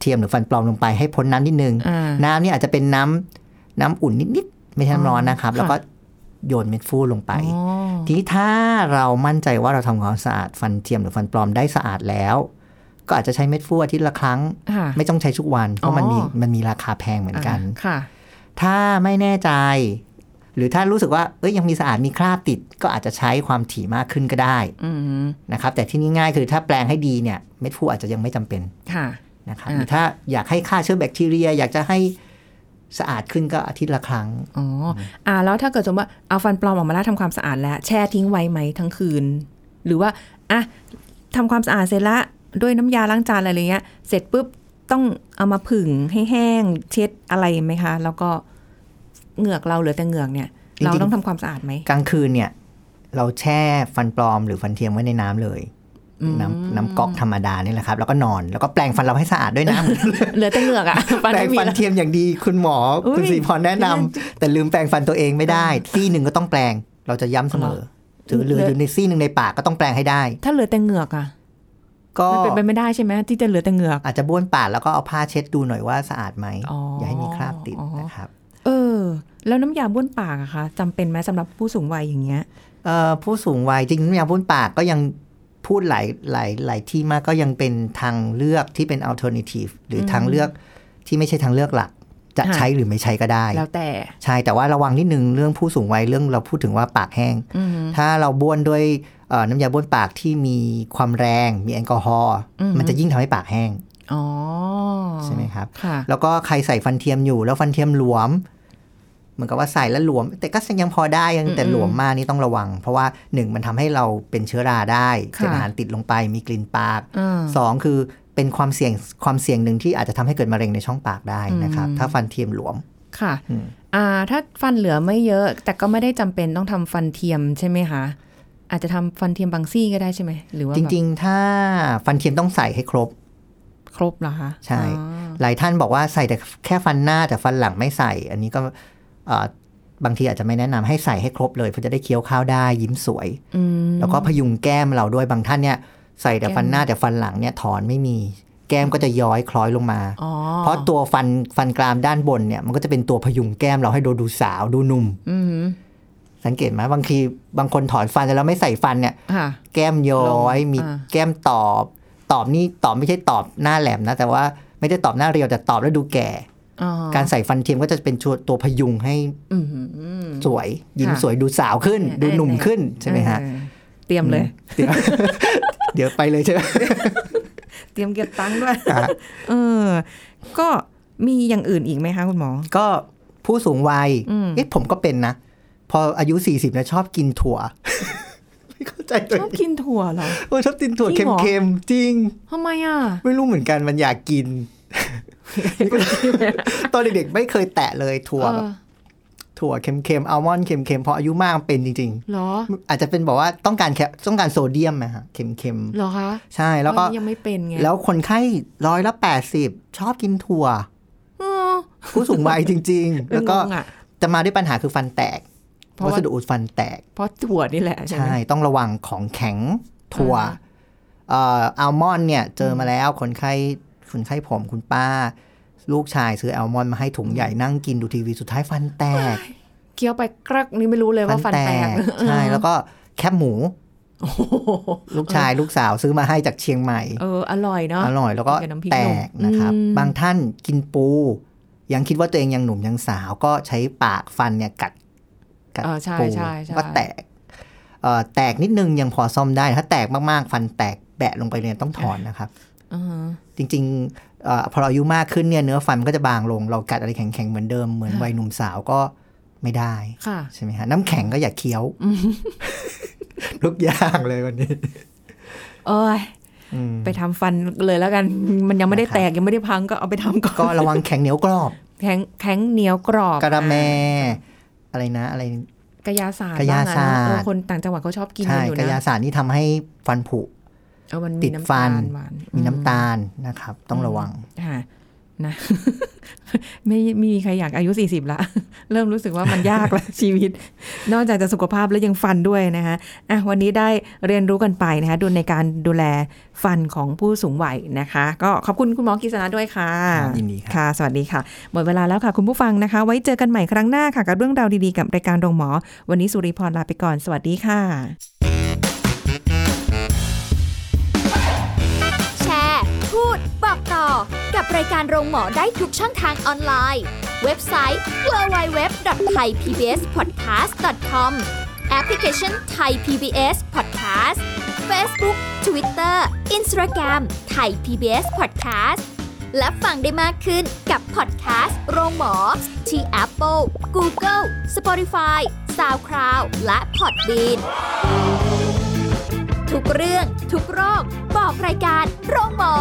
Speaker 3: เทียมหรือฟันปลอมลงไปให้พ้นน้ำนิดนึง
Speaker 2: อ่า
Speaker 3: น้ำเนี่ยอาจจะเป็นน้ำน้ำอุ่นนิดๆ ไม่ใช่น้ำร้อนนะครับ
Speaker 2: ค่ะ
Speaker 3: แล้วก็โยนเม็ดฟูลงไป
Speaker 2: อ๋อ
Speaker 3: ทีนี้ถ้าเรามั่นใจว่าเราทำความสะอาดฟันเทียมหรือฟันปลอมได้สะอาดแล้ว ก็อาจจะใช้เม็ดฟูอาทิตย์ละครั้ง
Speaker 2: ค่ะ
Speaker 3: ไม่ต้องใช้ทุกวัน เพ
Speaker 2: อ๋อ
Speaker 3: ราะมันมีมันมีราคาแพงเหมือนกัน
Speaker 2: อ่าค่ะ
Speaker 3: ถ้าไม่แน่ใจ หรือถ้ารู้สึกว่าเอ้ยยังมีสะอาดมีคราบติด ก็อาจจะใช้ความถี่มากขึ้นก็ได้
Speaker 2: อืม
Speaker 3: นะครับแต่ที่นี่ง่ายคือถ้าแปลงให้ดีเนี่ยเม็ดฟูอาจจะยังไม่จำเป็น
Speaker 2: ค่ะ
Speaker 3: นะครับ
Speaker 2: อ่า
Speaker 3: หรือถ้าอยากให้ฆ่าเชื้อแบคทีเรีย อยากจะให้สะอาดขึ้นก็อาทิตย์ละครั้ง
Speaker 2: อ๋ออ่าแล้วถ้าเกิดสมมติว่าเอาฟันปลอมออกมาแล้วทำความสะอาดแล้ว แช่ทิ้งไว้ไหมทั้งคืน หรือว่าอ่ะทำความสะอาดเสร็จละด้วยน้ำยาล้างจานอะไรอย่างเงี้ย เสร็จปุ๊บต้องเอามาผึ่งให้แห้งเช็ดอะไรไหมคะ แล้วก็เหงือกเราเหลือแต่เหงือกเนี่ย
Speaker 3: จริงๆ
Speaker 2: เราต้องทำความสะอาด ไหม
Speaker 3: กลางคืนเนี่ยเราแช่ฟันปลอมหรือฟันเทียมไว้ในน้ำเลย น้ำน้ำก๊อกธรรมดานี่แหละครับ แล้วก็นอนแล้วก็แปลงฟันเราให้สะอาด ด้วยนะ
Speaker 2: เหลือแต่เหงือกอะ ฟัน
Speaker 3: แปลง
Speaker 2: ไม่มี
Speaker 3: ฟัน
Speaker 2: แล้ว
Speaker 3: เทียมอย่างดีคุณหมอ
Speaker 2: อุ๊ย
Speaker 3: คุณสีพรแนะนำแต่ลืมแปลงฟันตัวเองไม่ได้ ซี่หนึ่งก็ต้องแปลงเราจะย้ำเสมอถือเหลืออยู่ในซี่หนึ่งในปากก็ต้องแปลงให้ได้
Speaker 2: ถ้าเหลือแต่เหงือกอะ
Speaker 3: ก็
Speaker 2: มันเป็นไปไม่ได้ใช่ไหมที่จะเหลือแต่เหงือก
Speaker 3: อาจจะบ้วนปากแล้วก็เอาผ้าเช็ดดูหน่อยว่าสะอาดไหม
Speaker 2: อ๋ออ
Speaker 3: ย่าให้มีคราบติดนะครับ
Speaker 2: เออ แล้วน้ำยาบ้วนปากอะคะจำเป็นไหมสำหรับผู้สูงวัยอย่างเงี้ย
Speaker 3: เอ่อผู้สูงวัยจริงๆน้ำยาบ้วนปากก็ยังพูดหลายหลายหลายที่มากก็ยังเป็นทางเลือกที่เป็น alternative หรืออทางเลือกที่ไม่ใช่ทางเลือกหลัก จะ
Speaker 2: ค่ะ
Speaker 3: ใช้หรือไม่ใช้ก็ได้
Speaker 2: แล้วแต่
Speaker 3: ใช่แต่ว่าระวังนิดนึงเรื่องผู้สูงวัยเรื่องเราพูดถึงว่าปากแห้ง
Speaker 2: อืม
Speaker 3: ถ้าเราบ้วนด้วยเอ่อน้ำยาบ้วนปากที่มีความแรง มีแอลกอฮอล์
Speaker 2: อืม
Speaker 3: มันจะยิ่งทำให้ปากแห้ง
Speaker 2: อ๋อ
Speaker 3: ใช่ไหมครับ
Speaker 2: ค่ะ
Speaker 3: แล้วก็ใครใส่ฟันเทียมอยู่แล้วฟันเทียมหลวม เหมือนกับว่าใส่แล้วหลวม แต่ก็ยังพอได้ยัง
Speaker 2: อืม
Speaker 3: แต่หลวมมากนี่ต้องระวัง เพราะว่าหนึ่งมันทำให้เราเป็นเชื้อราได้
Speaker 2: ค่ะ
Speaker 3: เศษอาหารติดลงไปมีกลิ่นปาก
Speaker 2: อ่า
Speaker 3: สองคือเป็นความเสี่ยงความเสี่ยงหนึ่งที่อาจจะทำให้เกิดมะเร็งในช่องปากได้นะครับ
Speaker 2: อืม
Speaker 3: ถ้าฟันเทียมหลวม
Speaker 2: ค่ะ
Speaker 3: อืม
Speaker 2: อ่าถ้าฟันเหลือไม่เยอะ แต่ก็ไม่ได้จำเป็นต้องทำฟันเทียมใช่ไหมคะ อาจจะทำฟันเทียมบางซี่ก็ได้ใช่ไหม หรือว่า
Speaker 3: จ
Speaker 2: แบบ
Speaker 3: ริง ๆ ถ้าฟันเทียมต้องใส่ให้ครบ
Speaker 2: ครบเหรอคะ
Speaker 3: ใช่
Speaker 2: อ๋อ
Speaker 3: หลายท่านบอกว่าใส่แต่แค่ฟันหน้าแต่ฟันหลังไม่ใส่ อันนี้ก็เอ่อบางทีอาจจะไม่แนะนำให้ใส่ให้ครบเลยเพื่อจะได้เคี้ยวข้าวได้ยิ้มสวย
Speaker 2: อืม
Speaker 3: แล้วก็พยุงแก้มเราด้วยบางท่านเนี่ยใส่แต่
Speaker 2: แก้ม
Speaker 3: ฟันหน้าแต่ฟันหลังเนี่ยถอนไม่มี แก้มก็จะย้อยคล้อยลงมา
Speaker 2: อ๋อ
Speaker 3: เพราะตัวฟันฟันกรามด้านบนเนี่ยมันก็จะเป็นตัวพยุงแก้มเราให้ดูดูสาวดูหนุ่ม
Speaker 2: อืม
Speaker 3: สังเกตไหมบางทีบางคนถอนฟันแต่แล้วไม่ใส่ฟันเนี่ย
Speaker 2: ค่ะ
Speaker 3: แก้มย้อย
Speaker 2: ลง
Speaker 3: มี
Speaker 2: อ่า
Speaker 3: แก้มตอบ ตอบนี่ตอบไม่ใช่ตอบหน้าแหลมนะ แต่ว่าไม่ได้ตอบหน้าเรียวแต่ตอบแล้วดูแก่
Speaker 2: อ๋อ
Speaker 3: การใส่ฟันเทียมก็จะเป็นตัวพยุงให้
Speaker 2: อืม
Speaker 3: สวย ยิ้ม
Speaker 2: ค่ะ
Speaker 3: สวยดูสาวขึ้น
Speaker 2: เออ
Speaker 3: ดูหนุ่ม
Speaker 2: เออ
Speaker 3: ขึ้นใช่ไหมฮะ
Speaker 2: เออเตรียมเลย
Speaker 3: เดี๋ยว เดี๋ยวไปเลยใช่ไหม
Speaker 2: เตรียมเก็บตังค์ด้วย
Speaker 3: อ่ะ
Speaker 2: เออ ก็มีอย่างอื่นอีกไหมคะคุณหมอ
Speaker 3: ก็ผู้สูงวัย
Speaker 2: อืม
Speaker 3: เอ๊ะผมก็เป็นนะ พออายุ 40 แล้วชอบกินถั่ว ไม่เข้าใจตัว
Speaker 2: ช
Speaker 3: เอ
Speaker 2: อบ
Speaker 3: ง
Speaker 2: กินถั่วเหรอ
Speaker 3: โอ้ยชอบกินถั่ว
Speaker 2: จริงเหรอ
Speaker 3: เค็มๆจริง
Speaker 2: ทำไมอ่ะ
Speaker 3: ไม่รู้เหมือนกันมันอยาก กิน ตอนเด็กๆไม่เคยแตะเลยถั่ว
Speaker 2: เอ
Speaker 3: แบ
Speaker 2: อบ
Speaker 3: ถั่วเค็มๆอัลมอนด์เค็มๆพออายุมากเป็นจริง
Speaker 2: เหรอ
Speaker 3: ๆ อาจจะเป็นบอกว่าต้องการแคลต้องการโซเดียมนะฮะเค็ม
Speaker 2: เหรอคะ
Speaker 3: ๆใช่แล้วก็
Speaker 2: ตอนนี้ยังไม่เป็นไง
Speaker 3: แล้วคนไข้ร้อยละแปดสิบชอบกินถั่ ว
Speaker 2: เออ
Speaker 3: ผู้สูงวัยจริง ๆ แล้วก็
Speaker 2: งงอ่ะ
Speaker 3: จะมาด้วยปัญหาคือฟันแตก
Speaker 2: เพราะว่า
Speaker 3: วัสดุอุดฟันแตก
Speaker 2: เพราะถั่วนี่แหละใช่ไหม
Speaker 3: ใช่ ต้องระวังของแข็งถั่ว
Speaker 2: อ่า
Speaker 3: เอ่ออัลมอนด์เนี่ย เจอมาแล้วคนไข้คนไข้ผมคุณป้า ลูกชายซื้ออัลมอนด์มาให้ถุงใหญ่นั่งกินดูทีวีสุดท้ายฟันแตก
Speaker 2: เคี้ยวไปกรักนี่ไม่รู้เลยว่าฟันแตก
Speaker 3: ใช่แล้วก็แคบหมู
Speaker 2: โอ้โห
Speaker 3: ลูกชายลูกสาวซื้อมาให้จากเชียงใหม่
Speaker 2: เอออร่อยเนาะ
Speaker 3: อร่อยแล้วก็
Speaker 2: กับน้ำพริก
Speaker 3: แตกนะครับ
Speaker 2: หนุ่ม
Speaker 3: บางท่านกินปู ยังคิดว่าตัวเองยังหนุ่มยังสาว ก็ใช้ปากฟันเนี่ยกัดกัด
Speaker 2: เออใช่
Speaker 3: ปู
Speaker 2: ใช่ใช่
Speaker 3: ก็แตกเอ่อแตกนิดนึงยังพอซ่อมได้ ถ้าแตกมาก ๆ ฟันแตกแบะลงไปเนี่ยต้องถอนนะครับ
Speaker 2: อือฮะ
Speaker 3: จริงๆเอ่อพอเราอายุมากขึ้นเนี่ยเนื้อฟันมันก็จะบางลง เรากัดอะไรแข็ง ๆ เหมือนเดิมเหมือน
Speaker 2: ค่ะ
Speaker 3: วัยหนุ่มสาวก็ไม่ได้
Speaker 2: ค่ะ
Speaker 3: ใช่ไหมฮะน้ำแข็งก็อย่าเคี้ยวทุกอย่าง เลยวันนี้
Speaker 2: เอ้ย
Speaker 3: อืม
Speaker 2: ไปทำฟันเลยแล้วกัน มันยังไม่ได้
Speaker 3: นะครับ
Speaker 2: แตกยังไม่ได้พังก็เอาไปทำก่อน
Speaker 3: ก็ระวังแข็งเหนียวกรอบ
Speaker 2: แข็งแข็งเหนียวกรอบ
Speaker 3: กระแมอะไรนะอะไร
Speaker 2: กระยาศาสตร์
Speaker 3: กระยาศาสตร์
Speaker 2: ว่งั้นเนอะเออคนต่างจังหวัดเขาชอบกินกัน
Speaker 3: ใช่
Speaker 2: อยู่
Speaker 3: กระยา
Speaker 2: นะ
Speaker 3: ศาสตร์นี่ทำให้ฟันผุ
Speaker 2: เออมันมี
Speaker 3: ติด
Speaker 2: น้ำ
Speaker 3: ฟั
Speaker 2: ตาล
Speaker 3: น
Speaker 2: หวาน
Speaker 3: มีน้ำ
Speaker 2: อื
Speaker 3: ตาลนะครับ ต้องระวัง
Speaker 2: ค่ะนะ ไม่ไม่มีใครอยากอายุ 40 ละ เริ่มรู้สึกว่ามันยากแล้ว ชีวิต นอกจากจะสุขภาพแล้วยังฟันด้วยนะคะอ่ะวันนี้ได้เรียนรู้กันไปนะคะดูในการดูแลฟันของผู้สูงวัยนะคะ ก็ขอบคุณคุณหมอกิษณะด้วยค่ะ
Speaker 3: ครับยินดีครับ
Speaker 2: ค่ะ สวัสดีค่ะ หมดเวลาแล้วค่ะคุณผู้ฟังนะคะ ไว้เจอกันใหม่ครั้งหน้าค่ะ กับเรื่องราวดีๆกับรายการโรงหมอ วันนี้สุริพรลาไปก่อน สวัสดีค่ะ
Speaker 1: แชร์ พูด บอกต่อ กับรายการโรงหมอได้ทุกช่องทางออนไลน์ เว็บไซต์ www.thaipbspodcast.com แอปพลิเคชัน Thai PBS Podcast Facebook Twitter Instagram Thai PBS Podcast และฟังได้มากขึ้นกับพอดแคสต์โรงหมอ ที่ Apple, Google, Spotify, SoundCloud และ Podbean ทุกเรื่องทุกโรค บอกรายการโรงหมอ